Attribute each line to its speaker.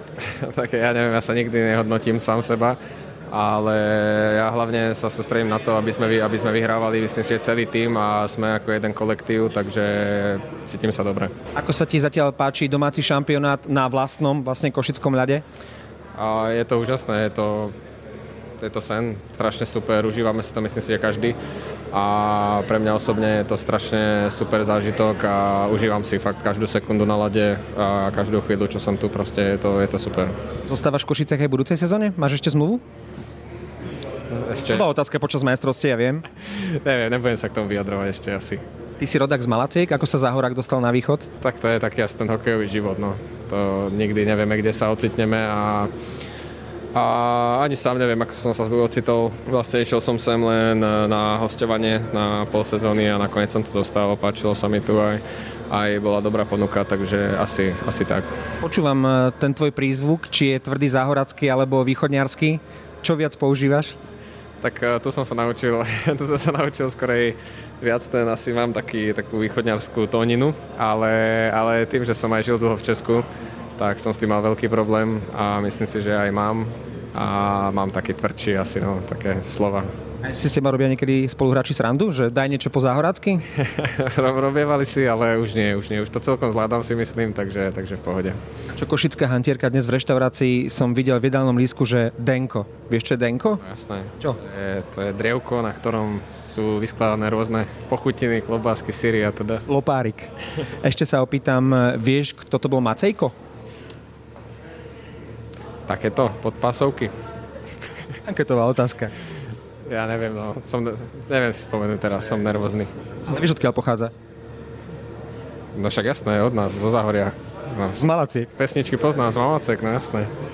Speaker 1: také ja neviem, ja sa nikdy nehodnotím sám seba, ale ja hlavne sa sústredím na to, aby sme, vy- aby sme vyhrávali, myslím si, že celý tým a sme ako jeden kolektív, takže cítim sa dobre.
Speaker 2: Ako sa ti zatiaľ páči domáci šampionát na vlastnom, vlastne košickom ľade?
Speaker 1: A je to úžasné, je to, je to sen, strašne super, užívame si to myslím si, že každý a pre mňa osobne je to strašne super zážitok a užívam si fakt každú sekundu na lade a každú chvíľu, čo som tu, proste je to, je to super.
Speaker 2: Zostávaš v Košicach aj v budúcej sezóne? Máš ešte zmluvu?
Speaker 1: Ešte,
Speaker 2: To bola otázka počas majstrovstie, ja viem.
Speaker 1: neviem, nebudem sa k tomu vyjadrovať ešte asi.
Speaker 2: Ty si rodak z Malaciek, ako sa Zahorák dostal na východ?
Speaker 1: Tak to je taký asi ten hokejový život, no. To nikdy nevieme, kde sa ocitneme a, a ani sám neviem, ako som sa tu ocitol. Vlastne išiel som sem len na hostovanie na pol sezóny a nakoniec som tu zostal, páčilo sa mi tu aj, aj bola dobrá ponuka, takže asi, asi tak.
Speaker 2: Počúvam e, ten tvoj prízvuk, či je tvrdý záhoracký alebo východňarský. Čo viac používaš?
Speaker 1: Tak eh, tu som sa naučil, tu som sa naučil skorej viac ten, asi mám taký, takú východňarskú tóninu, ale, ale tým, že som aj žil dlho v Česku, tak som s tým mal veľký problém a myslím si, že aj mám a mám taký tvrdší asi, no, také slova.
Speaker 2: Aj si s teba robia niekedy spoluhráči srandu, že daj niečo po záhoracky?
Speaker 1: Ro- Robievali si, ale už nie, už nie, už to celkom zvládam si myslím, takže, takže v pohode.
Speaker 2: Čo košická hantierka dnes v reštaurácii som videl v jedálnom lísku, že Denko. Vieš, čo je Denko?
Speaker 1: No, Jasné.
Speaker 2: Čo?
Speaker 1: To je, to je drievko, na ktorom sú vyskladané rôzne pochutiny, klobásky, syry a teda.
Speaker 2: Lopárik. Ešte sa opýtam, e, vieš, kto to bol Macejko?
Speaker 1: Takéto podpásovky.
Speaker 2: Anketová otázka.
Speaker 1: Ja neviem, no, som, neviem si spomenúť teraz, som nervózny.
Speaker 2: Ale vieš, odkiaľ pochádza?
Speaker 1: No však jasné, od nás, zo Zahoria. No.
Speaker 2: Z Malaciek.
Speaker 1: Pesničky poznám z Mamacek, no jasné.